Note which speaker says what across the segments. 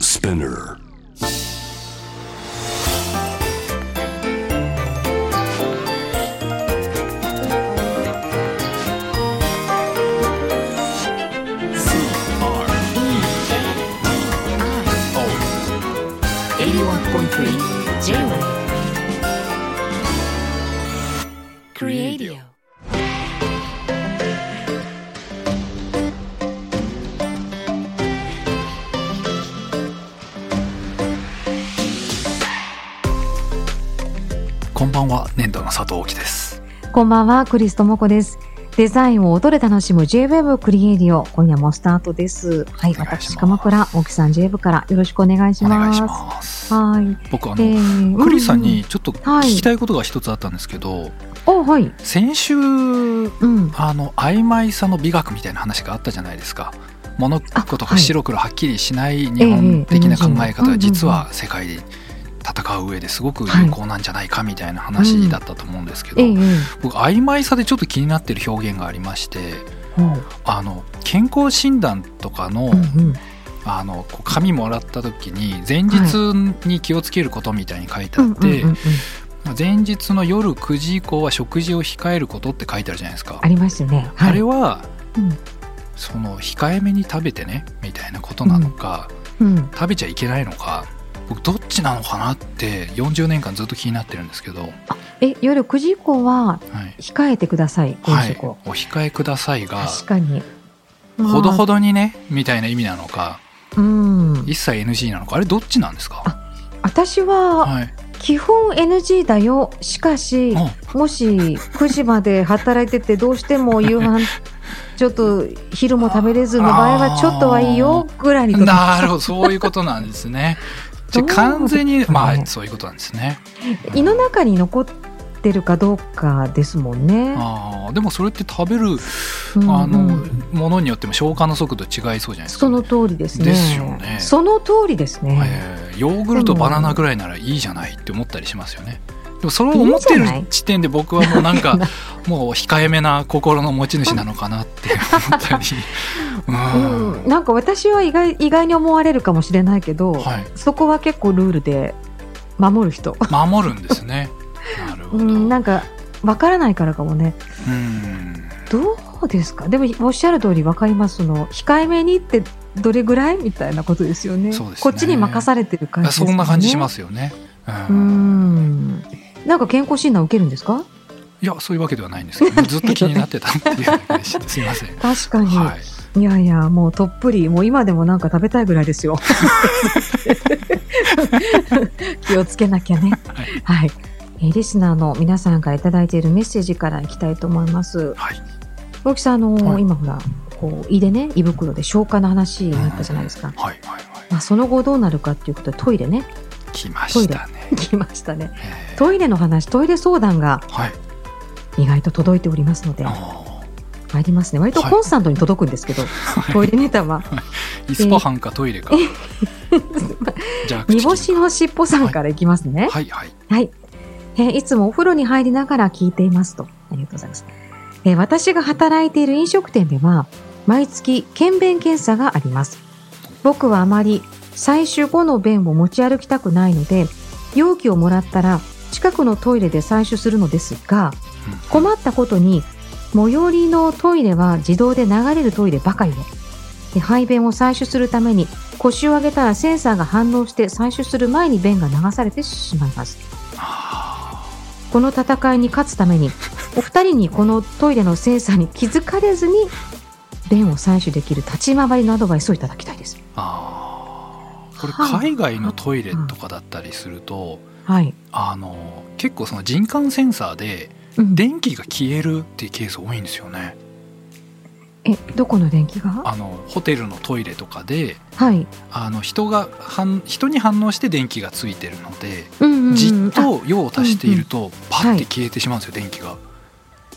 Speaker 1: Spinner.
Speaker 2: 81.3 J-Wave
Speaker 1: Radio.
Speaker 2: Creadio
Speaker 3: こんばんは、粘土の佐藤貴です。
Speaker 4: こんばんは、クリストモコです。デザインを音で楽しむ J-Wave クリエイディオ、今夜もスタートです。は
Speaker 3: お願
Speaker 4: い、
Speaker 3: いします
Speaker 4: 私、鎌倉、大木さん J-Wave からよろしくお願いし
Speaker 3: お
Speaker 4: ま
Speaker 3: 願
Speaker 4: す。
Speaker 3: いします。
Speaker 4: はい。
Speaker 3: 僕あ
Speaker 4: え
Speaker 3: の、
Speaker 4: ー
Speaker 3: クリスさん
Speaker 4: う
Speaker 3: に
Speaker 4: う
Speaker 3: ちょっと聞
Speaker 4: はい
Speaker 3: きたいことが一つあったんですけど、
Speaker 4: お、はい。
Speaker 3: 先週
Speaker 4: うん。
Speaker 3: あの曖昧さの美学みたいな話があったじゃないですか。物事が白黒はっきりしない日本的な考え方
Speaker 4: ええええ
Speaker 3: が実は世界で戦う上ですごく有効なんじゃないかみたいな話だったと思うんですけど
Speaker 4: ええ、ええ
Speaker 3: 僕曖昧さでちょっと気になってる表現がありまして、
Speaker 4: ほう
Speaker 3: あの健康診断とかの、
Speaker 4: うんうん。
Speaker 3: あのこう紙もらった時に前日に気をつけることみたいに書いてあって、
Speaker 4: うんうんうんうん
Speaker 3: 前日の夜9時以降は食事を控えることって書いてあるじゃないですか、
Speaker 4: ありましたね。
Speaker 3: あれ
Speaker 4: を、
Speaker 3: は、
Speaker 4: うん
Speaker 3: その控えめに食べてねみたいなことなのか、
Speaker 4: うん。
Speaker 3: 食べちゃいけないのか僕どっちなのかなって40年間ずっと気になってるんですけど、はい
Speaker 4: え、夜9時以降は控えてください、
Speaker 3: は
Speaker 4: 夕
Speaker 3: い
Speaker 4: 食を。、
Speaker 3: お控えくださいが
Speaker 4: 確かに。
Speaker 3: ほどほ
Speaker 4: ど。
Speaker 3: どにねみたいな意味なのか
Speaker 4: うん。
Speaker 3: 一切 NG なのかあれどっちなんですか、
Speaker 4: 私は、
Speaker 3: はい、
Speaker 4: 基本 NG だよ。しかし、
Speaker 3: あ
Speaker 4: もし9時まで働いててどうしても夕飯ちょっと昼も食べれずの場合はちょっとはいいよぐらいにと
Speaker 3: なるほど、そういうことなんです ね。じゃあ
Speaker 4: どう
Speaker 3: 完全に、ま
Speaker 4: は
Speaker 3: あ、
Speaker 4: い
Speaker 3: そういうことなんですね。
Speaker 4: 胃の中に残ってるかどうかですもんね。
Speaker 3: ああ、でも、それって食べる、
Speaker 4: うん
Speaker 3: あの
Speaker 4: うん、
Speaker 3: ものによっても消化の速度違いそうじゃないですか、
Speaker 4: その通りですね。
Speaker 3: ですよね
Speaker 4: その通りですね。
Speaker 3: えーヨーグルト、
Speaker 4: でも
Speaker 3: バナナぐらいならいいじゃないって思ったりしますよね。でも、それを思って
Speaker 4: いい
Speaker 3: る
Speaker 4: じゃない
Speaker 3: 時点で、僕はもうなんか、 もう控えめな心の持ち主なのかなって思った り。う
Speaker 4: うん、
Speaker 3: ん。
Speaker 4: なんか私は意外意外に思われるかもしれないけど、
Speaker 3: はい、
Speaker 4: そこは結構ルールで守る人。
Speaker 3: 守るんですね。なるほ
Speaker 4: う
Speaker 3: ど。
Speaker 4: ん、なんかわからないからかもね。
Speaker 3: うん
Speaker 4: どうですかでもおっしゃる通り分かりますその控えめにってどれぐらいみたいなことですよね
Speaker 3: そうですね
Speaker 4: こっちに任されてる感じ
Speaker 3: あ
Speaker 4: ですよ
Speaker 3: そ
Speaker 4: ね
Speaker 3: んな感じしますよね。
Speaker 4: うーんなんか健康診断受けるんですか
Speaker 3: いやそういうわけではないんですけど、ね、ずっと気になってたっていうだけでしたすいません。
Speaker 4: 確かに、
Speaker 3: はい、
Speaker 4: い、やいやもうとっぷりもう今でもなんか食べたいぐらい ですよ気をつけなきゃねはい、えーリスナーの皆さんがいただいているメッセージからいきたいと思います
Speaker 3: はい、
Speaker 4: 大木さんあのー
Speaker 3: はい
Speaker 4: 今ほらこう胃でね胃袋で消化の話になったじゃないですか、
Speaker 3: はい、はい、
Speaker 4: まあ、その後どうなるかっていうことでトイレね
Speaker 3: 来ましたね。
Speaker 4: 来ましたね
Speaker 3: え
Speaker 4: トイレの話トイレ相談が
Speaker 3: ーはい、
Speaker 4: 意外と届いておりますので
Speaker 3: あ
Speaker 4: 参りますね割とコンスタントに届くんですけど、トイレネタ は
Speaker 3: ーイスパハンかトイレか。じゃあ
Speaker 4: 煮干しのしっぽさんからいきますね
Speaker 3: はい、はい、
Speaker 4: はい、えーいつもお風呂に入りながら聞いていますとありがとうございます、えー私が働いている飲食店では毎月検便検査があります僕はあまり採取後の便を持ち歩きたくないので容器をもらったら近くのトイレで採取するのですが
Speaker 3: うん
Speaker 4: 困ったことに最寄りのトイレは自動で流れるトイレばかりでで排便を採取するために腰を上げたらセンサーが反応して採取する前に便が流されてしまいます
Speaker 3: あ
Speaker 4: この戦いに勝つためにお二人にこのトイレのセンサーに気づかれずに便を採取できる立ち回りのアドバイスをいただきたいです
Speaker 3: ーあー、これ海外のトイレとかだったりすると、
Speaker 4: はい、
Speaker 3: あの結構その人感センサーで
Speaker 4: うん
Speaker 3: 電気が消えるっていうケース多いんですよね。
Speaker 4: えどこの電気が
Speaker 3: あのホテルのトイレとかで。
Speaker 4: はい、
Speaker 3: あの人が反人に反応して電気がついてるので、
Speaker 4: うんうんうん
Speaker 3: じっ
Speaker 4: あ
Speaker 3: と用を足しているとパッ
Speaker 4: は
Speaker 3: て
Speaker 4: い
Speaker 3: 消えてしまうんですよ、電気が。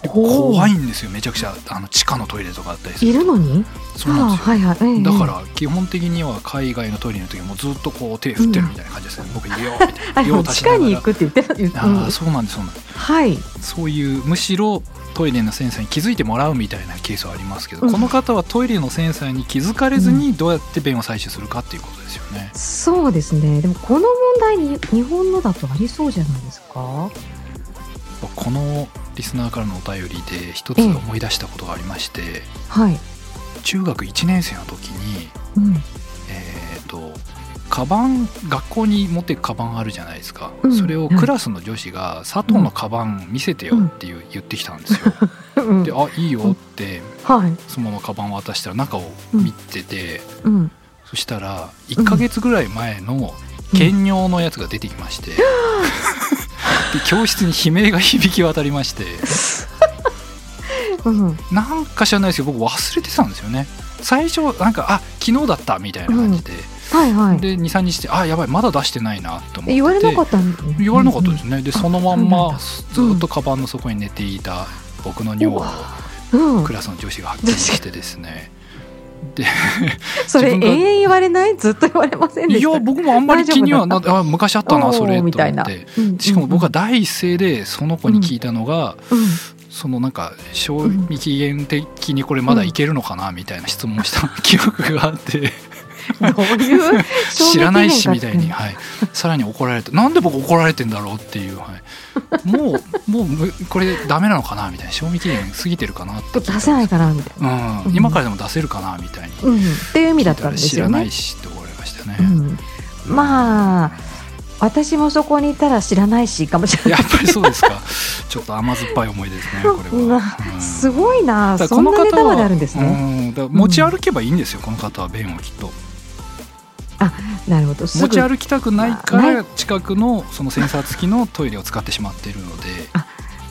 Speaker 3: で
Speaker 4: ほう
Speaker 3: 怖いんですよめちゃくちゃあの地下のトイレとかあったりする
Speaker 4: いるのに
Speaker 3: そうなんですよ、
Speaker 4: あはいはい、ええ
Speaker 3: だから基本的には海外のトイレの時はもうずっとこう手振ってるみたいな感じですね、僕入れようみたい
Speaker 4: あ
Speaker 3: な用
Speaker 4: の
Speaker 3: を
Speaker 4: 地
Speaker 3: 足しな
Speaker 4: 下
Speaker 3: が
Speaker 4: に
Speaker 3: ら
Speaker 4: 行くって言ってた、言って
Speaker 3: あーそうなんですそうなんで
Speaker 4: はい
Speaker 3: すそういうむしろトイレのセンサーに気づいてもらうみたいなケースはありますけど、この方はトイレのセンサーに気づかれずにどうやって便を採取するかっていうことですよね。
Speaker 4: そうですね。でもこの問題に日本のだとありそうじゃないですか。
Speaker 3: このリスナーからのお便りで一つ思い出したことがありまして、
Speaker 4: はい。
Speaker 3: 中学1年生の時に、
Speaker 4: うん。
Speaker 3: えー、とカバン学校に持っていくカバンあるじゃないですか、
Speaker 4: うん
Speaker 3: それをクラスの女子が「佐藤のカバン見せてよ」っていう言ってきたんですよ。
Speaker 4: うん
Speaker 3: で「あいいよ」って
Speaker 4: はい。
Speaker 3: そのままカバンを渡したら中を見てて、
Speaker 4: うん。
Speaker 3: そしたら1ヶ月ぐらい前の兼用のやつが出てきまして、 で教室に悲鳴が響き渡りまして
Speaker 4: うん。
Speaker 3: なんか知らないですけど僕忘れてたんですよね。最初なんか「あ昨日だった」みたいな感じで、
Speaker 4: はいはい。
Speaker 3: で23日して「あやばいまだ出してないな」と思って
Speaker 4: 言われなかったん。
Speaker 3: 言われなかったですすね、でそのまん
Speaker 4: そうなん
Speaker 3: ま
Speaker 4: だ
Speaker 3: ずっとカバンの底に寝ていた僕の尿
Speaker 4: う
Speaker 3: を
Speaker 4: わうん。うん
Speaker 3: クラスの女子が発見してですね
Speaker 4: それ
Speaker 3: 自分
Speaker 4: 永
Speaker 3: が
Speaker 4: 遠言われないずっと言われませんで
Speaker 3: い
Speaker 4: した。
Speaker 3: や僕もあんまり気にはな
Speaker 4: 大
Speaker 3: ってあ昔あったな
Speaker 4: おー
Speaker 3: それと思
Speaker 4: みたいな
Speaker 3: って
Speaker 4: うんうん
Speaker 3: しかも僕は第一声でその子に聞いたのが、
Speaker 4: うん
Speaker 3: そのなんか賞味期限的にこれまだいけるのかなみたいな質問をした記憶があって
Speaker 4: どういう賞味期限かってうの
Speaker 3: 知らないし みたいに、はい、さらに怒られてなんで僕怒られてんだろうっていう、はい、もうもうむこれダメなのかなみたいな賞味期限過ぎてるかなって聞いたん
Speaker 4: 出
Speaker 3: です
Speaker 4: せないかなみたいな。
Speaker 3: うん、今からでも出せるかなみたいに、
Speaker 4: うん。っていう意味だったんです
Speaker 3: 知
Speaker 4: よ
Speaker 3: らな
Speaker 4: ね
Speaker 3: い。しって思われましたね、
Speaker 4: うん。まあ私もそこにいたら知らないしかもしれ
Speaker 3: や
Speaker 4: な
Speaker 3: っ
Speaker 4: い。
Speaker 3: ぱりそうですか ちょっと甘酸っぱい思いですねこれ
Speaker 4: うわ
Speaker 3: は、うん
Speaker 4: すごいな。
Speaker 3: だから
Speaker 4: そ
Speaker 3: こ
Speaker 4: ん
Speaker 3: の
Speaker 4: なネタ
Speaker 3: 方
Speaker 4: まで
Speaker 3: は
Speaker 4: あるんですね。
Speaker 3: うんだから持ち歩けばいいんですよ、この方は便をきっと
Speaker 4: なるほど。すぐ
Speaker 3: 持ち歩きたくないか
Speaker 4: まあ
Speaker 3: ら近くのそのセンサー付きのトイレを使ってしまっているので、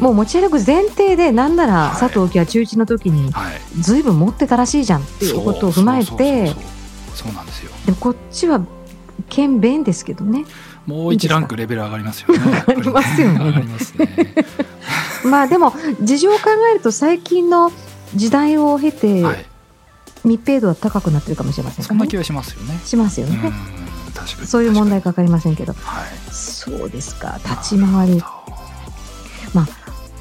Speaker 4: もう持ち歩く前提でなんなら
Speaker 3: はい
Speaker 4: 佐藤家は中1の時に
Speaker 3: はい、
Speaker 4: ずいぶん持ってたらしいじゃんっていうことを踏まえ
Speaker 3: そうそう
Speaker 4: て
Speaker 3: そうそうそうなんですよ
Speaker 4: でもこっちは剣弁ですけどね
Speaker 3: もう一ランクレベル上がりますよねやっぱりね
Speaker 4: 上がりますよね
Speaker 3: 上がりますね
Speaker 4: まあでも事情を考えると最近の時代を経て
Speaker 3: はい
Speaker 4: 密閉度は高くなってるかもしれません
Speaker 3: そ
Speaker 4: か
Speaker 3: んな
Speaker 4: らね
Speaker 3: 気がしますよね
Speaker 4: しますよ
Speaker 3: うん
Speaker 4: ね
Speaker 3: 確かに
Speaker 4: そういう問題
Speaker 3: 確
Speaker 4: かかりませんけど
Speaker 3: かにはい
Speaker 4: そうですか立ち回り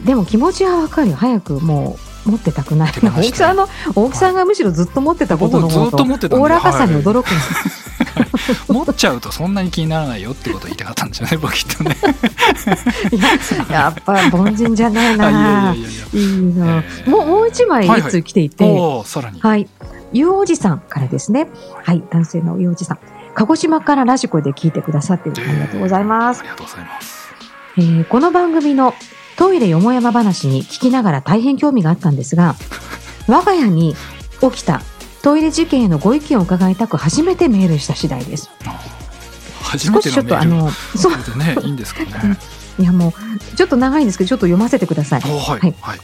Speaker 4: でも気持ちはわかるよ早くもう持ってたくない
Speaker 3: 手放したい
Speaker 4: 大木さんの大木さんがむしろずっと持ってたことの
Speaker 3: 僕ずっと持ってたんで
Speaker 4: おおらかさに
Speaker 3: はい
Speaker 4: 驚くんです
Speaker 3: 持っちゃうとそんなに気にならないよってことを言いたかったんじゃない僕きっと ね
Speaker 4: いや やっぱ凡人じゃないな
Speaker 3: あいやいやいやいや
Speaker 4: いいな、
Speaker 3: えー
Speaker 4: もうもう一枚
Speaker 3: はい
Speaker 4: 一
Speaker 3: はい
Speaker 4: 通来ていて、はい、
Speaker 3: おおさらに
Speaker 4: ゆうおじさんからですね。はい、男性のゆうおじさん。鹿児島からラジコで聞いてくださってる。ありがとうございま
Speaker 3: あ
Speaker 4: す。
Speaker 3: りがとうございます
Speaker 4: えーこの番組のトイレよもやま話に聞きながら大変興味があったんです が、我が家に起きたトイレ事件へのご意見を伺いたく初めてメールした次第です。
Speaker 3: 初
Speaker 4: 少
Speaker 3: めて
Speaker 4: しち
Speaker 3: の
Speaker 4: ょっ
Speaker 3: メ
Speaker 4: とあ
Speaker 3: ール
Speaker 4: の、そう、
Speaker 3: これでねいいんですかね
Speaker 4: いやもう、ちょっと長いんですけど、ちょっと読ませてください
Speaker 3: お。ーはい
Speaker 4: は
Speaker 3: はいいはい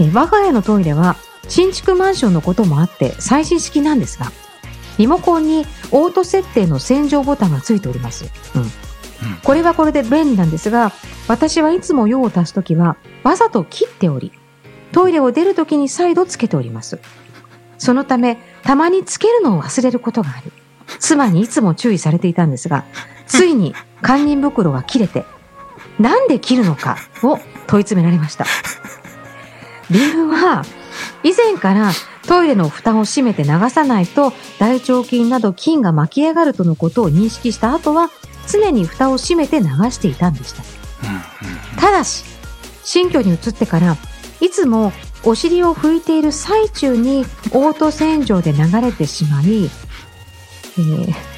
Speaker 4: えー我が家のトイレは新築マンションのこともあって最新式なんですがリモコンにオート設定の洗浄ボタンがついております、うんこれはこれで便利なんですが私はいつも用を足すときはわざと切っておりトイレを出るときに再度つけておりますそのためたまにつけるのを忘れることがあり妻にいつも注意されていたんですがついに堪忍袋が切れてなんで切るのかを問い詰められました理由は以前からトイレの蓋を閉めて流さないと大腸菌など菌が巻き上がるとのことを認識した後は常に蓋を閉めて流していたんでしたただし新居に移ってからいつもお尻を拭いている最中にオート洗浄で流れてしまい、えー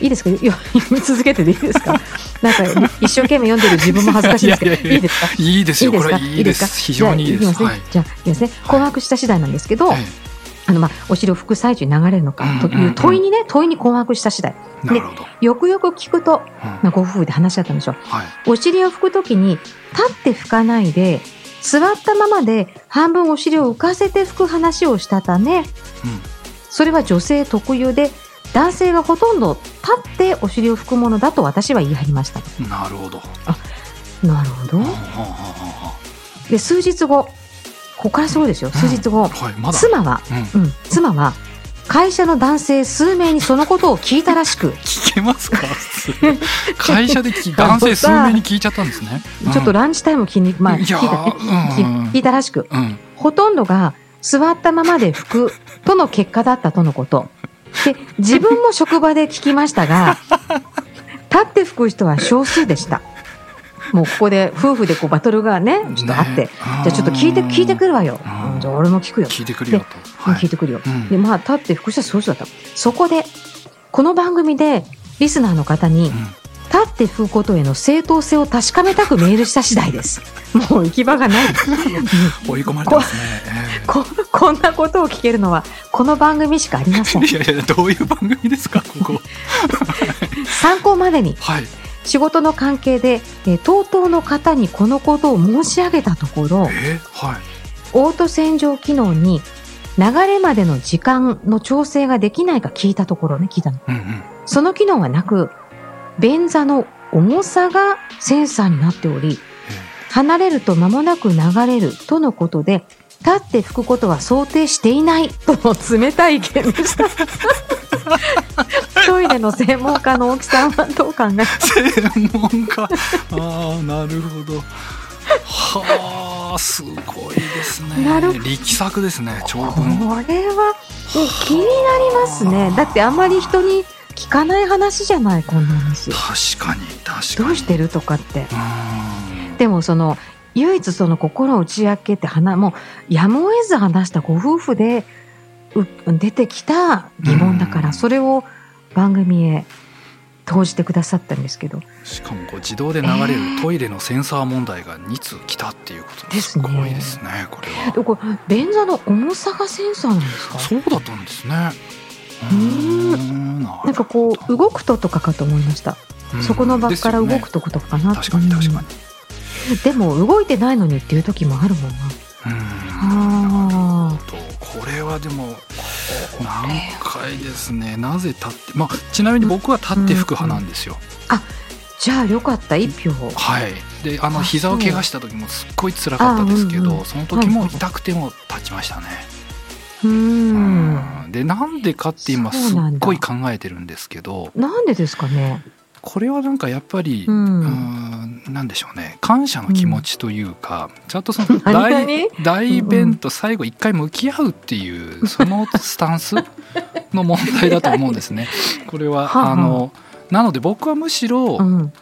Speaker 4: いいですかよ読み続けてでいいですかなんか一生懸命読んでる自分も恥ずかしいですけど
Speaker 3: いやいやいや
Speaker 4: いいですか
Speaker 3: うんいいですよこれ
Speaker 4: か
Speaker 3: いいです非常にいいです
Speaker 4: じ
Speaker 3: はい
Speaker 4: ゃあきますねじゃあいきますね困惑した次第なんですけど、
Speaker 3: はい
Speaker 4: あのまあお尻を拭く最中に流れるのかと
Speaker 3: うんうん
Speaker 4: いううん問いにね問いに困惑した次第
Speaker 3: なるほど
Speaker 4: よくよく聞く
Speaker 3: う
Speaker 4: と、
Speaker 3: ん
Speaker 4: まあ、ご夫婦で話し合ったんでしょう
Speaker 3: はい
Speaker 4: お尻を拭くときに立って拭かないで座ったままで半分お尻を浮かせて拭く話をしたため
Speaker 3: うん
Speaker 4: それは女性特有で男性がほとんど立ってお尻を拭くものだと私は言い張りました
Speaker 3: なるほど
Speaker 4: なるほど
Speaker 3: はあはあは
Speaker 4: で数日後ここからすごいですよ数日後
Speaker 3: あ、はいまだ
Speaker 4: 妻は、
Speaker 3: うん
Speaker 4: うん、妻は会社の男性数名にそのことを聞いたらしく
Speaker 3: 聞けますか普通 会社で聞き男性数名に聞いちゃったんですね、うん
Speaker 4: ちょっとランチタイム気に、まあ、
Speaker 3: い
Speaker 4: 聞い
Speaker 3: や
Speaker 4: たね
Speaker 3: ーうん
Speaker 4: 聞聞いたらしく
Speaker 3: うん
Speaker 4: ほとんどが座ったままで拭くとの結果だったとのこと。で、自分も職場で聞きましたが、 立って拭く人は少数でした。もうここで夫婦でこうバトルがね、ちょっとあって、
Speaker 3: ね
Speaker 4: じゃあちょっと聞いて、聞いてくるわよ。
Speaker 3: うん
Speaker 4: うんじゃあ俺も聞くよ。
Speaker 3: 聞いてくるよと。
Speaker 4: うん
Speaker 3: は
Speaker 4: 聞い
Speaker 3: い。
Speaker 4: てくるよ。
Speaker 3: うん
Speaker 4: で、まあ、立って福祉はそういう人だった。そこで、この番組で、リスナーの方に、
Speaker 3: うん
Speaker 4: 立って吹くことへの正当性を確かめたくメールした次 第です。もう行き場がない。
Speaker 3: 追い込まれてますね。え
Speaker 4: こ、こんなことを聞けるのは、この番組しかありませ ん
Speaker 3: え。いやいやどういう番組ですかここ。
Speaker 4: 参考までに、
Speaker 3: はい。
Speaker 4: 仕事の関係で、えー、とうとうの方にこのことを申し上げたところ、
Speaker 3: えはい。
Speaker 4: オート洗浄機能に、流れまでの時間の調整ができないか聞いたところね、聞いたの。
Speaker 3: うんうん。
Speaker 4: その機能はなく、便座の重さがセンサーになっており、離れると間もなく流れるとのことで、立って拭くことは想定していないとの冷たい意見でした。トイレの専門家の大木さんはどう考えます
Speaker 3: 専門家。ああなるほど。はあすごいですね。
Speaker 4: なるほど
Speaker 3: 力作ですね長
Speaker 4: こ
Speaker 3: 文。
Speaker 4: れはえ気になりますね。だってあんまり人に聞かない話じゃない、こんな話。
Speaker 3: 確かに確かに。
Speaker 4: どうしてるとかって。
Speaker 3: うーん。
Speaker 4: でもその唯一その心を打ち明けて話もうやむを得ず話したご夫婦でう出てきた疑問だか
Speaker 3: うん
Speaker 4: らそれを番組へ投じてくださったんですけど
Speaker 3: しかもこう自動で流れるトイレのセンサー問題が2通来たっていうこと
Speaker 4: ですすね
Speaker 3: ごいですねこれは
Speaker 4: でこれ便座の重さがセンサーなんですか
Speaker 3: そうだったんですねう
Speaker 4: ーん
Speaker 3: ーんな
Speaker 4: なんかこう動くととかかと思いました、
Speaker 3: うん
Speaker 4: そこの場から動くとことかかな、
Speaker 3: ですよね確かに確かに
Speaker 4: うんでも動いてないのにっていう時もあるもんな
Speaker 3: うん
Speaker 4: あ
Speaker 3: とこれはでも難解ですねなぜ立ってまあちなみに僕は立って吹く派なんですよ、
Speaker 4: ーじゃあよかった一票
Speaker 3: はいであの
Speaker 4: あ
Speaker 3: 膝を怪我した時もすっごい辛かったですけ
Speaker 4: あうん
Speaker 3: ど
Speaker 4: うん
Speaker 3: その時も痛くても立ちましたね、
Speaker 4: うーん
Speaker 3: うんでなんでかって今
Speaker 4: そう
Speaker 3: すっ
Speaker 4: なんだ
Speaker 3: ごい考えてるんですけど
Speaker 4: なんでですかね
Speaker 3: これはなんかやっぱり、
Speaker 4: う
Speaker 3: うんーん、なんでしょうね感謝の気持ちというか、ちゃんとその
Speaker 4: 何々
Speaker 3: 大大弁と最後一回向き合うっていうそのスタ ンスの問題だと思うんですね。これは
Speaker 4: はあはあ
Speaker 3: あのなので僕はむし
Speaker 4: う
Speaker 3: ろ
Speaker 4: ん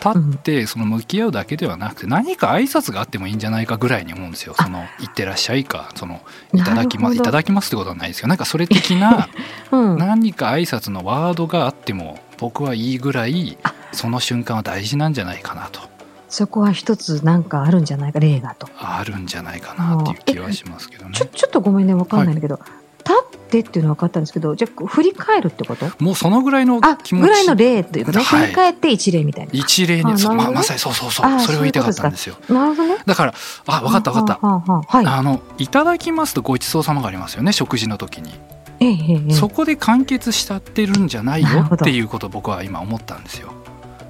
Speaker 3: 立ってその向き合うだけではなくて何か挨拶があってもいいんじゃないかぐらいに思うんですよ。その「いってらっしゃい」か「そのいただきま
Speaker 4: な
Speaker 3: す」
Speaker 4: る
Speaker 3: い
Speaker 4: ほど
Speaker 3: ただきますってことはないですけどなんかそれ的 な
Speaker 4: うん
Speaker 3: 何か挨拶のワードがあっても僕はいいぐらいその瞬間は大事なんじゃないかなと
Speaker 4: そこは一つなんかあるんじゃないか例がと。
Speaker 3: あるんじゃないかなっていう気はしますけどね
Speaker 4: ちょ。ちょっとごめんねわかんないんだけど、立ってっていうのは分かったんですけどじゃあ振り返るってこと
Speaker 3: もうそのぐらいの
Speaker 4: あ
Speaker 3: 気持ち
Speaker 4: ぐらいの例というかね、
Speaker 3: はい
Speaker 4: 振り返って一例みたいな。
Speaker 3: 一例
Speaker 4: あ
Speaker 3: にそうま
Speaker 4: なるほどね
Speaker 3: まさにそうそうそ
Speaker 4: あ
Speaker 3: うそれを言いたかっ
Speaker 4: そうい
Speaker 3: た
Speaker 4: うんこ
Speaker 3: ですよ
Speaker 4: なるほどね。
Speaker 3: だからあ分かった分かっ
Speaker 4: はあはあはあ
Speaker 3: た
Speaker 4: は
Speaker 3: あの「いただきます」と「ごちそうさま」がありますよね食事の時に
Speaker 4: い。ええええええ。
Speaker 3: そこで完結したってるんじゃない
Speaker 4: なる
Speaker 3: よ
Speaker 4: ほ
Speaker 3: っ
Speaker 4: ど
Speaker 3: ていうことを僕は今思ったんですよ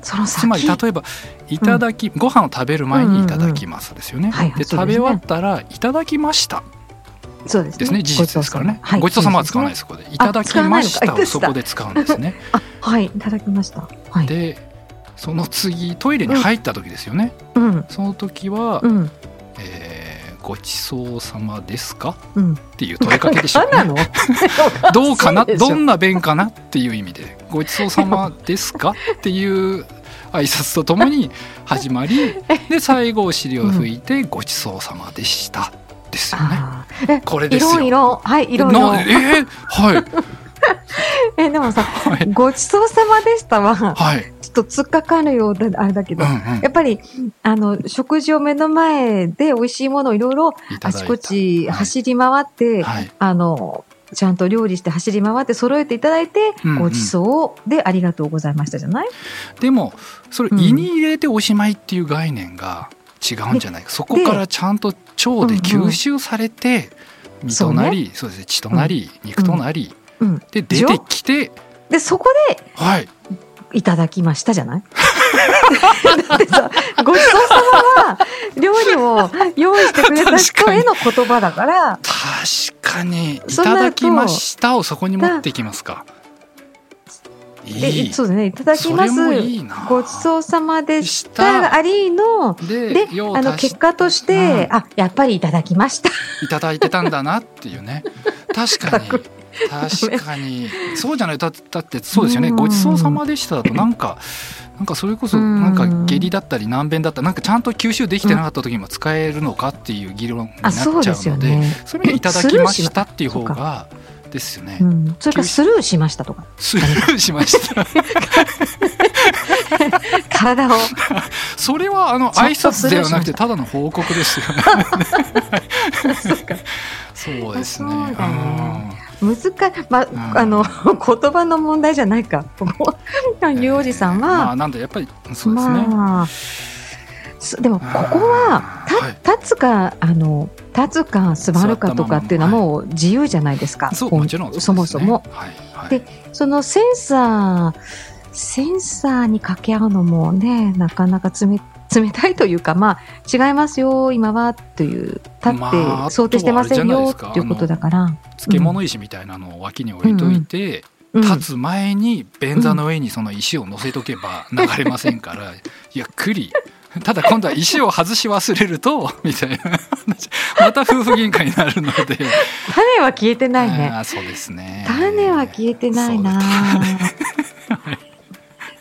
Speaker 4: その先。
Speaker 3: つまり例えば「いただき」ご飯を食べる前に「いただきます」ですよね
Speaker 4: はいはい
Speaker 3: で
Speaker 4: そう
Speaker 3: 食べ
Speaker 4: ですね
Speaker 3: 終わったら「いただきました」
Speaker 4: そうですね。
Speaker 3: ですね事実ですからね
Speaker 4: はい。
Speaker 3: ごちそうさまは使わないですすここで「いただきまし
Speaker 4: 使
Speaker 3: た」
Speaker 4: わないのか
Speaker 3: をそこで使うんですね
Speaker 4: あ はいいただきました。はい。
Speaker 3: でその次トイレに入った時ですよね
Speaker 4: うん
Speaker 3: その時は
Speaker 4: うん
Speaker 3: 「えーごちそうさまですか?」
Speaker 4: うん。
Speaker 3: っていう問いかけでしょう
Speaker 4: 何な
Speaker 3: ね
Speaker 4: の？
Speaker 3: どうかな
Speaker 4: そうでしょ
Speaker 3: どんな便かなっていう意味で「ごちそうさまですか?」っていう挨拶とともに始ま りで最後お尻を拭いて「ごちそうさまでした」ですよね。
Speaker 4: あーえ
Speaker 3: これですよ
Speaker 4: 色々はい色
Speaker 3: な
Speaker 4: 々
Speaker 3: えーはい
Speaker 4: えでもさ
Speaker 3: はい
Speaker 4: ごちそうさまでしたは
Speaker 3: はい
Speaker 4: ちょっと突っかかるようであれだけ
Speaker 3: う
Speaker 4: ど
Speaker 3: んう。ん
Speaker 4: やっぱり、あの、食事を目の前で美味しいものをいろいろ
Speaker 3: いただ
Speaker 4: あ
Speaker 3: い
Speaker 4: ち
Speaker 3: た
Speaker 4: こち
Speaker 3: はい
Speaker 4: 走り回って、
Speaker 3: はい
Speaker 4: あの、ちゃんと料理して走り回って揃えていただいて、
Speaker 3: うんうん
Speaker 4: ごちそうでありがとうございましたじゃない
Speaker 3: でもそれ
Speaker 4: うん
Speaker 3: 胃に入れておしまいっていう概念が違うんじゃないかそこからちゃんと腸で吸収されて身となりそうですね血となり肉となり
Speaker 4: うん。
Speaker 3: で出てきて
Speaker 4: で、そこで
Speaker 3: はい
Speaker 4: いただきましたじ ゃないだってさ、ごちそうさまは料理を用意してくれた人への言葉だから、
Speaker 3: 確かに「い
Speaker 4: そうな
Speaker 3: た
Speaker 4: ると
Speaker 3: だきました」をそこに持ってきますか。
Speaker 4: で
Speaker 3: いい
Speaker 4: そうですね。いただきます。
Speaker 3: それもいいな
Speaker 4: ごちそうさまでし
Speaker 3: した
Speaker 4: たがありの、
Speaker 3: で
Speaker 4: で、
Speaker 3: 用を
Speaker 4: あの、
Speaker 3: 足し
Speaker 4: 結果として、
Speaker 3: う
Speaker 4: あ、やっぱりいただきました。
Speaker 3: いただいてたんだなっていう ね確かに
Speaker 4: かっ
Speaker 3: 確かにそうじゃないだだってそうですよね
Speaker 4: うん
Speaker 3: ごちそうさまでしただとなんかなんかそれこそ
Speaker 4: うん
Speaker 3: なんか下痢だったり軟便だったりなんかちゃんと吸収できてなかった時にも使えるのかっていう議論にな
Speaker 4: あ、
Speaker 3: っちゃう
Speaker 4: そうですよ
Speaker 3: ので
Speaker 4: ね。
Speaker 3: それをいただきましたっていう方がですよね
Speaker 4: うん。それからスルーしましたとか。
Speaker 3: スルーしました
Speaker 4: 体を。
Speaker 3: それはあの
Speaker 4: ちょっと
Speaker 3: 挨拶ではなくてただの報告ですよね そうですね
Speaker 4: そうだね
Speaker 3: うん
Speaker 4: 難しい。ま
Speaker 3: う、ん
Speaker 4: あの、 言葉の問題じゃないか。ここは、ゆうおじさん
Speaker 3: ま
Speaker 4: は
Speaker 3: あ、なんでやっぱりそうですね、
Speaker 4: まあ、すでもここは
Speaker 3: あーはい
Speaker 4: た立つかあの立つか座るかとかっていうのは
Speaker 3: 座ったま
Speaker 4: もう自由じゃないですか。
Speaker 3: そう
Speaker 4: こう
Speaker 3: もちろん
Speaker 4: そもそも、
Speaker 3: はいはい、
Speaker 4: でそのセンサーセンサーに掛け合うのもねなかなかつめ冷たいというかまあ違いますよ今はという立
Speaker 3: まああと
Speaker 4: っ
Speaker 3: は
Speaker 4: て想定してません
Speaker 3: あれじゃないで
Speaker 4: よ
Speaker 3: すか
Speaker 4: っていうことだから。
Speaker 3: 漬物石みたいなのを脇に置いといて、
Speaker 4: うん
Speaker 3: 立つ前に便座の上にその石を乗せとけば流れません から、ゆっくりただ今度は石を外し忘れると みたいな話また夫婦喧嘩になるので、
Speaker 4: 種は消えてないね。
Speaker 3: あーそうですね
Speaker 4: 種は消えてないな。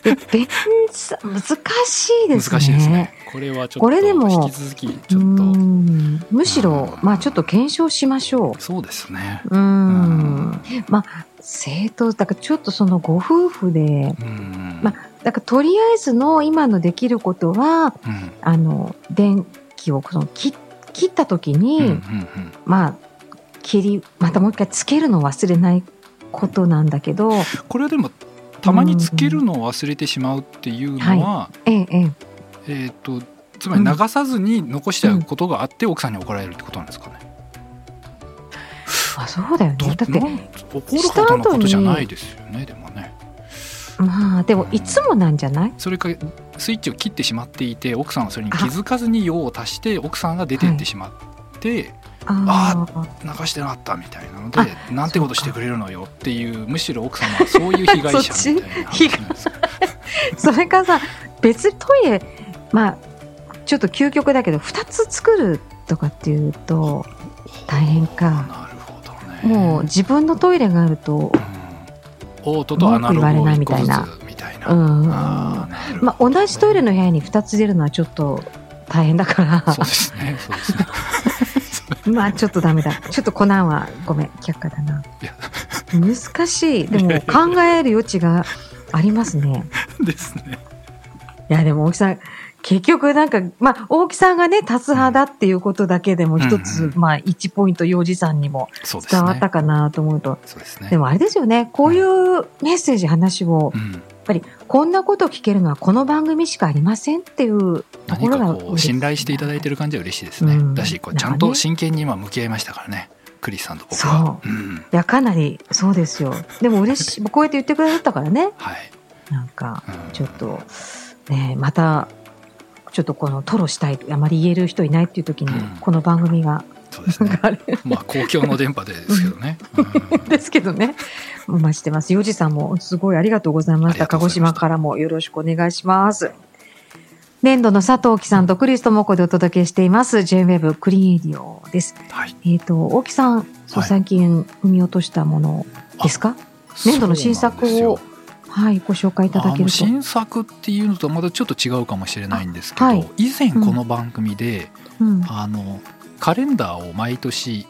Speaker 4: で便座難しいですね。
Speaker 3: 難しいですねこれはちょっと
Speaker 4: これでも
Speaker 3: 引き続きちょっ
Speaker 4: うー
Speaker 3: と
Speaker 4: んむしろ
Speaker 3: う、ん
Speaker 4: まあちょっと検証しましょ
Speaker 3: そうですね
Speaker 4: う。うーん。まあ、正当、だからちょっとそのご夫婦で、
Speaker 3: うん、
Speaker 4: まだからとりあえずの今のできることは、
Speaker 3: うん
Speaker 4: あの、電気をその切切った時に、
Speaker 3: うんうんうん
Speaker 4: まあ、切り、またもう一回つけるのを忘れないことなんだけど、
Speaker 3: これでもたまにつけるのを忘れてしまうっていうのは、
Speaker 4: うんええ、ええ。
Speaker 3: えー、とつまり流さずに残しちゃうことがあって、奥さんに怒られるってことなんですかね。
Speaker 4: あ、そうだよね。
Speaker 3: ど
Speaker 4: だって
Speaker 3: な、ん怒るほどのことじゃないですよねでもね。
Speaker 4: まあ、でもいつもなんじゃない
Speaker 3: それかスイッチを切ってしまっていて奥さんはそれに気づかずに用を足して奥さんが出てってしまって、
Speaker 4: ああ。
Speaker 3: 流してなかったみたいなのでなんてことしてくれるのよっていうむしろ奥様はそういう被害者みたいな話なんですよ。
Speaker 4: それかさ別にトイレまあちょっと究極だけど2つ作るとかっていうと 大変か
Speaker 3: なるほどね。
Speaker 4: もう自分のトイレがあると
Speaker 3: うん、オートとアナログを1個ずつみたいな。
Speaker 4: うん
Speaker 3: あ
Speaker 4: ま
Speaker 3: ーなるほどね
Speaker 4: あ同じトイレの部屋に2つ出るのはちょっと大変だから
Speaker 3: そうですね。そうですね。
Speaker 4: まあちょっとダメ だちょっとコナンはごめん却下だない
Speaker 3: や
Speaker 4: 難しいでも考える余地がありますね
Speaker 3: です ね。
Speaker 4: いやでも大木さん結局なんか、まあ、大木さんがね、多数派だっていうことだけでも一
Speaker 3: う
Speaker 4: つ、
Speaker 3: ん
Speaker 4: まあ、1ポイント、幼児さんにも
Speaker 3: そうですね。
Speaker 4: 伝わったかなと思うと、
Speaker 3: そうですね。
Speaker 4: でもあれですよね、こういうメッセージ、話を、
Speaker 3: うん、
Speaker 4: こんなことを聞けるのはこの番組しかありませんっていうと
Speaker 3: 何
Speaker 4: ころが
Speaker 3: かこう信頼していただいて
Speaker 4: る。
Speaker 3: る感じは嬉しいですね。
Speaker 4: うん
Speaker 3: だし、こうちゃんと真剣に今向き合いましたからね。クリスさんと僕は。うん。
Speaker 4: いや、かなり、そうですよ。でも嬉しい、こうやって言ってくださったからね、
Speaker 3: はい。
Speaker 4: なんか、
Speaker 3: うん
Speaker 4: ちょっと、ね、また、ちょっとこの、吐露したい、あまり言える人いないっていう時に
Speaker 3: うん、
Speaker 4: この番組が、
Speaker 3: そうです
Speaker 4: なん
Speaker 3: ね
Speaker 4: か。あれ
Speaker 3: まあ公共の電波でですけどね。うん
Speaker 4: ですけどね。お待ちしてます。よじさんもすごいありがとうございまし
Speaker 3: ありが
Speaker 4: た。
Speaker 3: とう
Speaker 4: 鹿
Speaker 3: ご
Speaker 4: 児
Speaker 3: ざいました
Speaker 4: 島からもよろしくお願いします。年度の佐藤貴さんとクリストモコでお届けしています。JWEB クリエイディオです。
Speaker 3: はい。
Speaker 4: えっ、と、大木さん、そう
Speaker 3: はい
Speaker 4: 最近踏み落としたものですか年度の新作
Speaker 3: そうなん
Speaker 4: を
Speaker 3: ですよ、
Speaker 4: はい、ご紹介いただ
Speaker 3: あ
Speaker 4: け
Speaker 3: の
Speaker 4: ると。
Speaker 3: 新作っていうのとはまたちょっと違うかもしれないんですけど、
Speaker 4: あはい
Speaker 3: 以前この番組で、
Speaker 4: うん、
Speaker 3: あのカレンダーを毎年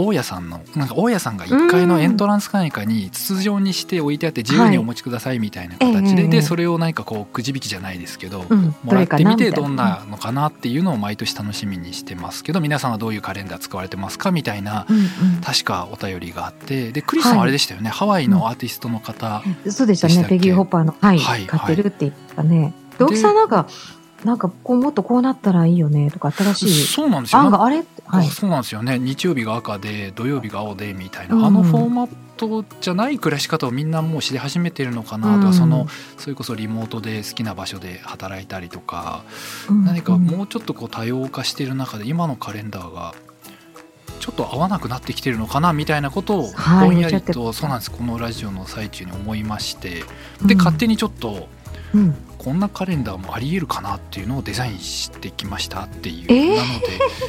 Speaker 3: 大家さんのなんか大家さんが1階のエントランスか何かに筒状にして置いてあって自由にお持ちくださいみたいな形で,、
Speaker 4: ええ
Speaker 3: でそれを何かこうくじ引きじゃないですけど、
Speaker 4: うん、
Speaker 3: もらってみてどん
Speaker 4: い
Speaker 3: なのかなっていうのを毎年楽しみにしてますけど皆さんはどういうカレンダー使われてますかみたいな
Speaker 4: うん
Speaker 3: 確かお便りがあってでクリスさん
Speaker 4: はい
Speaker 3: はあれでしたよね、ハワイのアーティストの方、
Speaker 4: うん、そうでしたね
Speaker 3: でしたっけ
Speaker 4: ペギー・ホッパーの、はい
Speaker 3: はい
Speaker 4: 買ってるって言ったね。で大木さんなんか、なんかこうもっとこうなったらいいよねとか新しい
Speaker 3: そうなんですよ
Speaker 4: 案があれは
Speaker 3: あ
Speaker 4: い。
Speaker 3: そうなんですよね日曜日が赤で土曜日が青でみたいな、
Speaker 4: うん
Speaker 3: あのフォーマットじゃない暮らし方をみんなもうし始めてるのかなとか、
Speaker 4: うん
Speaker 3: そのそれこそリモートで好きな場所で働いたりとか、
Speaker 4: うん
Speaker 3: 何かもうちょっとこう多様化してる中で今のカレンダーがちょっと合わなくなってきてるのかなみたいなことを
Speaker 4: はい
Speaker 3: ぼんやり
Speaker 4: ちょっ
Speaker 3: とそうなんですこのラジオの最中に思いまして
Speaker 4: う
Speaker 3: で
Speaker 4: ん
Speaker 3: 勝手にちょっと
Speaker 4: うん、
Speaker 3: こんなカレンダーもありえるかなっていうのをデザインしてきましたっていう、
Speaker 4: えー
Speaker 3: なので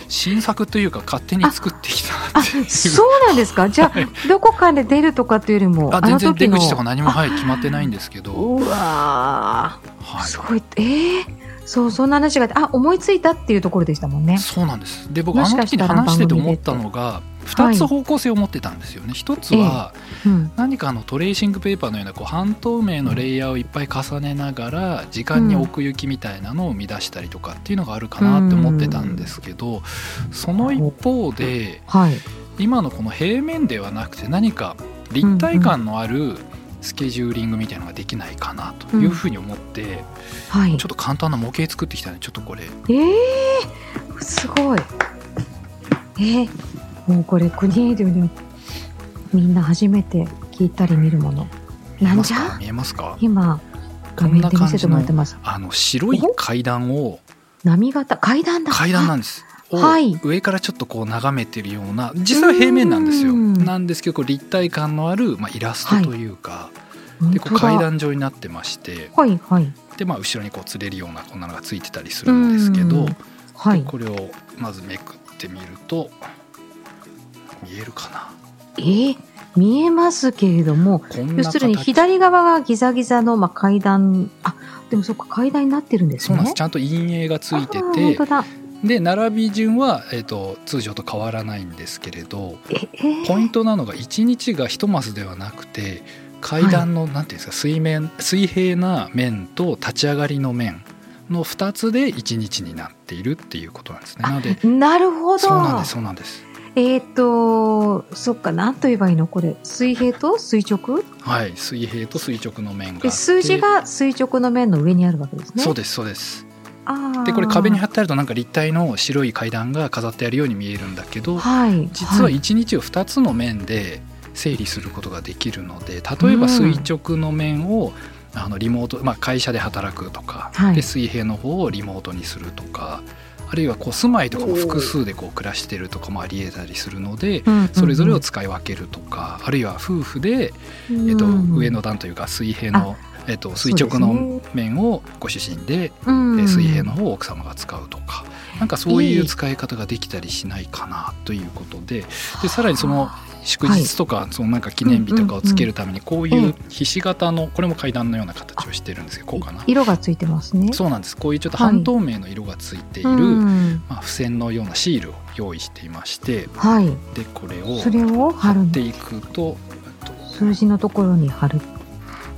Speaker 3: 新作というか勝手に作ってきた
Speaker 4: あ
Speaker 3: っていう
Speaker 4: そうなんですかじゃあどこかで出るとかっていうよりも
Speaker 3: あ
Speaker 4: の
Speaker 3: 全然
Speaker 4: 時
Speaker 3: 出
Speaker 4: の
Speaker 3: 口とか何も、はい、決まってないんですけど、
Speaker 4: うわー
Speaker 3: は
Speaker 4: すごいええそうそんな話があってあ思いついたっていうところでしたもんね
Speaker 3: い、そうなんですで僕
Speaker 4: も
Speaker 3: あ
Speaker 4: し
Speaker 3: の
Speaker 4: かし
Speaker 3: 時に
Speaker 4: たら
Speaker 3: 話してて思ったのが2
Speaker 4: 番組で
Speaker 3: つ方向性を持ってたんですよね。一つは
Speaker 4: うん
Speaker 3: 何かあのトレーシングペーパーのようなこう半透明のレイヤーをいっぱい重ねながら時間に奥行きみたいなのを生み出したりとかっていうのがあるかなって思ってたんですけどその一方で
Speaker 4: はい
Speaker 3: 今のこの平面ではなくて何か立体感のあるスケジューリングみたいなのができないかなというふうに思って
Speaker 4: はい
Speaker 3: ちょっと簡単な模型作ってきたんでちょっとこれ
Speaker 4: ええすごいええもうこれクリエイティブにみんな初めて聞いたり見るもの
Speaker 3: 見え
Speaker 4: なん
Speaker 3: ます
Speaker 4: じ
Speaker 3: か
Speaker 4: ゃ
Speaker 3: 見えますか
Speaker 4: 今
Speaker 3: こ
Speaker 4: 画
Speaker 3: ん
Speaker 4: 面
Speaker 3: な
Speaker 4: で
Speaker 3: 感
Speaker 4: 見せて
Speaker 3: じ
Speaker 4: もら
Speaker 3: の
Speaker 4: ってます
Speaker 3: あの白い階段を
Speaker 4: 波形階段だ
Speaker 3: 階段なんです。を
Speaker 4: はい
Speaker 3: 上からちょっとこう眺めてるような実際は平面なんですよ
Speaker 4: うん
Speaker 3: なんですけどこう立体感のある、まあ、イラストというか、
Speaker 4: あ
Speaker 3: でこう
Speaker 4: 本当だ
Speaker 3: 階段状になってまして
Speaker 4: はいはい
Speaker 3: で、まあ、後ろにこう釣れるようなこんなのがついてたりするんですけ
Speaker 4: う
Speaker 3: ど
Speaker 4: んはい
Speaker 3: これをまずめくってみると見えるかな
Speaker 4: えー見えますけれども
Speaker 3: こん
Speaker 4: 要
Speaker 3: な
Speaker 4: するに
Speaker 3: 形
Speaker 4: 左側がギザギザの、まあ、階段あでもそっか階段になってるんです
Speaker 3: そ
Speaker 4: ね
Speaker 3: うなんですちゃんと陰影がついて
Speaker 4: あー本
Speaker 3: て
Speaker 4: 当だ
Speaker 3: で並び順は、えー、と通常と変わらないんですけれど。
Speaker 4: ええ
Speaker 3: ポイントなのが1日が1マスではなくて階段のなんていうんですか水面水平な面と立ち上がりの面の2つで1日になっているっていうことなんですね。なので
Speaker 4: ーなるほど
Speaker 3: そうなんですそうなんです。
Speaker 4: えーっ、と、そっか、なんと言えばいいのこれ、水平と垂直
Speaker 3: はい水平と垂直の面があっ
Speaker 4: で
Speaker 3: て
Speaker 4: 数字が垂直の面の上にあるわけですね。
Speaker 3: そう
Speaker 4: で
Speaker 3: ですそうです。
Speaker 4: あ
Speaker 3: でこれ壁に貼
Speaker 4: っ
Speaker 3: ってあるとなんか立体の白い階段が飾ってあるように見えるんだけど
Speaker 4: はい、
Speaker 3: 実は
Speaker 4: はい
Speaker 3: 1日を2つの面で整理することができるので例えば垂直の面をあのリモート、まあ、会社で働くとか、
Speaker 4: はい
Speaker 3: で水平の方をリモートにするとかあるいはこう住まいとかも複数でこう暮らしてるとかもありえたりするので。
Speaker 4: うんうんうん
Speaker 3: それぞれを使い分けるとかあるいは夫婦で、えっと
Speaker 4: うん
Speaker 3: 上の段というか水平の、えっと垂直
Speaker 4: そうで
Speaker 3: の面をご主人で
Speaker 4: うん
Speaker 3: で水平の方を奥様が使うとかなんかそういう使い方ができたりしないかなということででさらにその祝日とかそのなんか記念日とかをつけるためにこう
Speaker 4: うんうん
Speaker 3: いううひし形のこれも階段のような形をしてるんですけどこうかな
Speaker 4: 色がついてますね。
Speaker 3: そうなんですこういうちょっと
Speaker 4: はい
Speaker 3: 半透明の色がついている、
Speaker 4: うん
Speaker 3: まあ、付箋のようなシールを用意していまして
Speaker 4: はい。
Speaker 3: でこれを
Speaker 4: それを貼
Speaker 3: 貼
Speaker 4: る
Speaker 3: っ
Speaker 4: ん
Speaker 3: て
Speaker 4: だ
Speaker 3: いくとえっと
Speaker 4: 数字のところに貼る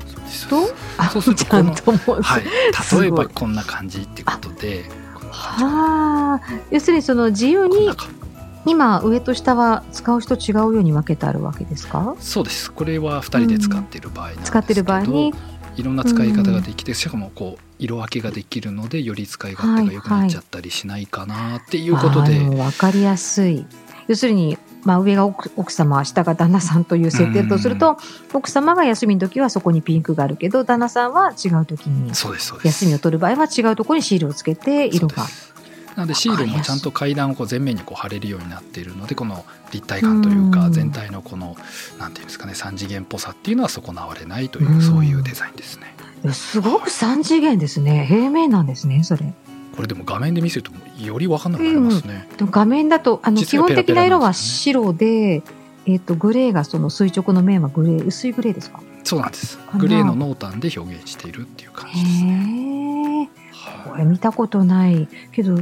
Speaker 3: そうです
Speaker 4: と、あ
Speaker 3: そうすると
Speaker 4: ち ゃんともう、
Speaker 3: はい、
Speaker 4: す
Speaker 3: 例え
Speaker 4: ごい
Speaker 3: ばこんな感じってことでこんな感じかな
Speaker 4: あー要するにその自由
Speaker 3: こん
Speaker 4: に
Speaker 3: な感じ
Speaker 4: 今上と下は使う人違うように分けてあるわけですか
Speaker 3: そうですこれは2人で使っている場合なんですけど、
Speaker 4: 使ってる場合に
Speaker 3: いろんな使い方ができてしかもこう色分けができるのでより使い勝手が良くなっちゃったりしないかなっていうことで、
Speaker 4: あーもう分かりやすい要するに、まあ、上が奥奥様下が旦那さんという設定だとすると、奥様が休みの時はそこにピンクがあるけど旦那さんは違う時に
Speaker 3: そうですそうです
Speaker 4: 休みを取る場合は違うところにシールをつけて色
Speaker 3: そ
Speaker 4: が
Speaker 3: うですなのでシールもちゃんと階段をこう前面にこう貼れるようになっているのでこの立体感という
Speaker 4: う
Speaker 3: か
Speaker 4: ん
Speaker 3: 全体のこのなんていうんですかね三次元っぽさっていうのは損なわれないといううんそういうデザインですね
Speaker 4: すごく3次元ですね平面なんですねそれ
Speaker 3: これでも画面で見せるとより分かんなくなりますね、
Speaker 4: でも画面だとあの基
Speaker 3: 実は
Speaker 4: 本
Speaker 3: ペラ
Speaker 4: 的
Speaker 3: ペ
Speaker 4: な
Speaker 3: ラ
Speaker 4: 色
Speaker 3: なん
Speaker 4: は
Speaker 3: です
Speaker 4: 白で、えっとグレーがその垂直の面はグレー薄いグレーですか
Speaker 3: そうなんです
Speaker 4: な
Speaker 3: グレーの濃淡で表現しているっていう感
Speaker 4: へ
Speaker 3: じですね、
Speaker 4: え
Speaker 3: はい
Speaker 4: これ見たことないけど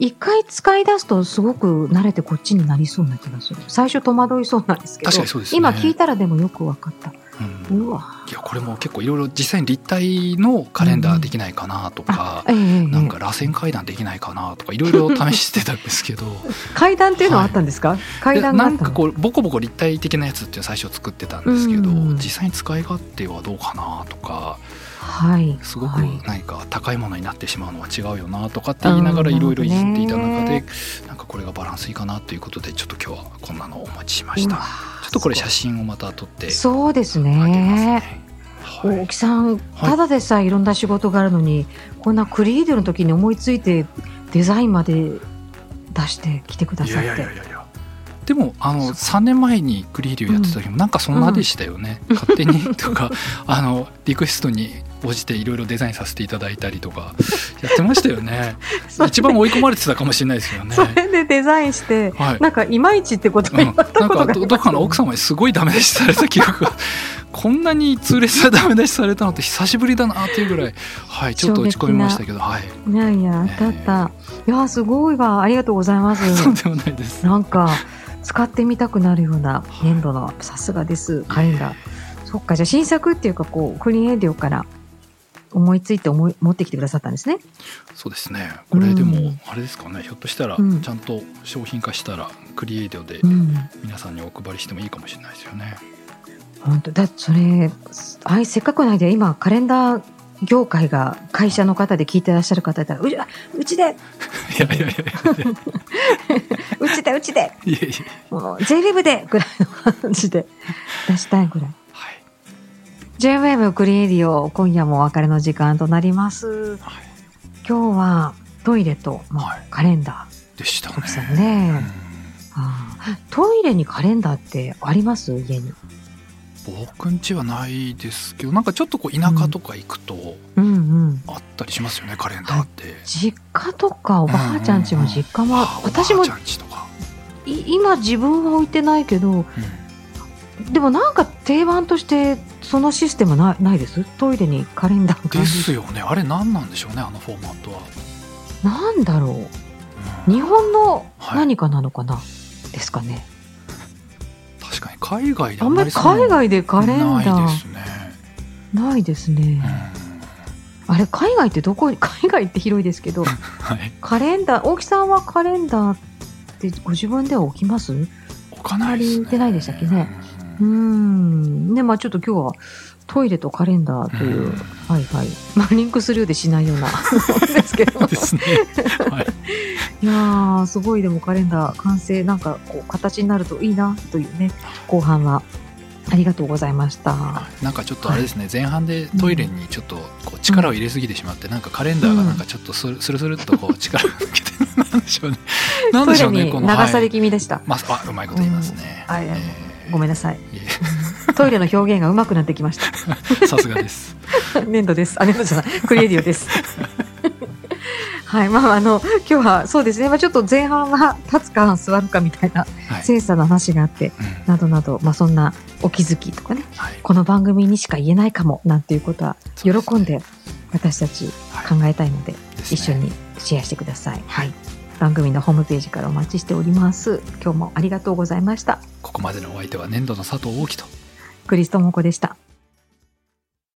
Speaker 4: 一回使い出すとすごく慣れてこっちになりそうな気がする最初戸惑いそうなんですけど
Speaker 3: 確かにそうですよね
Speaker 4: 今聞いたらでもよく分かった
Speaker 3: うん
Speaker 4: うわ
Speaker 3: いやこれも結構いろいろ実際に立体のカレンダーできないかなとか、
Speaker 4: ええええ
Speaker 3: なんか螺旋階段できないかなとかいろいろ試してたんですけど
Speaker 4: 階段っていうのはあったんですか、階段があ
Speaker 3: な
Speaker 4: っ
Speaker 3: ん
Speaker 4: た
Speaker 3: か
Speaker 4: の
Speaker 3: こうボコボコ立体的なやつっていうのを最初作ってたんですけど、
Speaker 4: うん
Speaker 3: 実際に使い勝手はどうかなとか
Speaker 4: はい
Speaker 3: すごく
Speaker 4: はい
Speaker 3: 何か高いものになってしまうのは違うよなとかって言いながらいろいろいじっていた中で、なんかこれがバランスいいかなということでちょっと今日はこんなのをお待ちしまし
Speaker 4: うわ
Speaker 3: た。ちょっとこれ写真をまた撮ってあげます
Speaker 4: そうです
Speaker 3: ね
Speaker 4: ね。
Speaker 3: はい
Speaker 4: 大木さん、
Speaker 3: い
Speaker 4: ただでさえいろんな仕事があるのにこんなクリエイティブの時に思いついてデザインまで出してきてくだ
Speaker 3: い
Speaker 4: さっ
Speaker 3: やい
Speaker 4: て
Speaker 3: やいやいやいやでもあの3年前にクリーディをやってた時もなんかそんなでしたよね、勝手に とかあのリクエストに応じていろいろデザインさせていただいたりとかやってましたよね
Speaker 4: それ
Speaker 3: 一番追い込まれてたかもしれないですよね
Speaker 4: それでデザインして、
Speaker 3: はい
Speaker 4: なんかいまいちってこ
Speaker 3: う
Speaker 4: とに
Speaker 3: ん、な
Speaker 4: なんったことが
Speaker 3: か
Speaker 4: あります
Speaker 3: どどっかの奥様にすごいダメ出しされた記憶が こんなに痛烈なダメ出しされたのって久しぶりだなっていうぐらい、はい、ちょっと落ち込みましたけど、はい、
Speaker 4: いやいや、だった。いや、すごいわ。ありがとうございます。
Speaker 3: そうでもないです。
Speaker 4: なんか、使ってみたくなるような粘土の、さすがです、カレンダー。そっか、じゃあ新作っていうか、こう、クリーンエイディオから思いついて思い持ってきてくださったんですね。
Speaker 3: そうですね。これで
Speaker 4: う
Speaker 3: も
Speaker 4: ん
Speaker 3: あれですかね。ひょっとしたらち
Speaker 4: うん
Speaker 3: ゃんと商品化したらクリエイティブで
Speaker 4: うん。
Speaker 3: 皆さんにお配りしてもいいかもしれないですよね。
Speaker 4: 本当だってそれ、あい、せっかくのアイデア、今、カレンダー業界が会社の方で聞いてらっしゃる方いたら、うわうちで、
Speaker 3: いやいやいやいや
Speaker 4: うちで、うちで、
Speaker 3: いやいや。
Speaker 4: もう JWEB でぐらいの感じで出したいぐらい。
Speaker 3: はい。
Speaker 4: JWEB クリエイディオ今夜もお別れの時間となります
Speaker 3: はい。
Speaker 4: 今日はトイレと、まあ
Speaker 3: はい
Speaker 4: カレンダ
Speaker 3: でした
Speaker 4: ーですよ
Speaker 3: ね。
Speaker 4: ね、
Speaker 3: うん
Speaker 4: ああトイレにカレンダーってあります家に
Speaker 3: 僕ん家はないですけど、なんかちょっとこう田舎とか行くと
Speaker 4: うんうん
Speaker 3: あったりしますよね。カレンダーって。
Speaker 4: 実家とかおばあちゃん家も実家も、
Speaker 3: あ
Speaker 4: 私も
Speaker 3: お
Speaker 4: い
Speaker 3: ばあちゃん家とか。
Speaker 4: 今自分は置いてないけど
Speaker 3: うん
Speaker 4: でもなんか定番としてそのシステムないないですトイレにカレンダーが
Speaker 3: ですよね。あれ何なんでしょうね。あのフォーマットは。
Speaker 4: なんだろ
Speaker 3: う
Speaker 4: うん日本の
Speaker 3: はい
Speaker 4: 何かなのかな、ですかね
Speaker 3: 確かに海外で
Speaker 4: あんまり海外でカレンダ
Speaker 3: ないで
Speaker 4: ー
Speaker 3: すね。
Speaker 4: ないですね
Speaker 3: うん。は
Speaker 4: あれ海外ってどこ 海外って広いですけど
Speaker 3: い。
Speaker 4: カレンダー大木さんはカレンダーってご自分では置きますう
Speaker 3: 置かないですね。
Speaker 4: あんまり出ないでしたっけねー
Speaker 3: うん。
Speaker 4: んねまあちょっと今日はトイレとカレンダーとい
Speaker 3: う
Speaker 4: う、
Speaker 3: ん
Speaker 4: はいはい、まあ、リンクするようでしないよ うなですけど
Speaker 3: ですね。はい。
Speaker 4: いやーすごいでもカレンダー完成なんかこう形になるといいなというね後半はありがとうございました。
Speaker 3: なんかちょっとあれですね、前半でトイレにちょっとこう力を入れすぎてしまって、なんかカレンダーがなんかちょっとスルスルスルっとこう力を抜けて、 なんでしょうね。なん
Speaker 4: ト
Speaker 3: で
Speaker 4: イ
Speaker 3: し
Speaker 4: レ
Speaker 3: ょうね、
Speaker 4: に
Speaker 3: こ
Speaker 4: 流
Speaker 3: の。
Speaker 4: され
Speaker 3: はい
Speaker 4: 気味でした。
Speaker 3: まあ、あうまいこと言いますね。
Speaker 4: うんあいや
Speaker 3: えー
Speaker 4: ごめんなさい。
Speaker 3: い
Speaker 4: トイレの表現が上手くなってきました。
Speaker 3: えさすがです。
Speaker 4: 粘土です。あ、粘土じゃない。クリエイディオ です。はい。まあ、あの、今日はそうですね。まあ、ちょっと前半は立つか座るかみたいな
Speaker 3: はい。
Speaker 4: 精査の話があって、
Speaker 3: うん
Speaker 4: などなど、まあ、そんなお気づきとかね、
Speaker 3: はい
Speaker 4: この番組にしか言えないかも、なんていうことは、喜
Speaker 3: そうですね
Speaker 4: んで私たち考えたいので、
Speaker 3: ですね
Speaker 4: 一緒にシェアしてください。はい。番組のホームページからお待ちしております。今日もありがとうございました。
Speaker 3: ここまでのお相手は粘土の佐藤大樹と。
Speaker 4: クリストモコでした。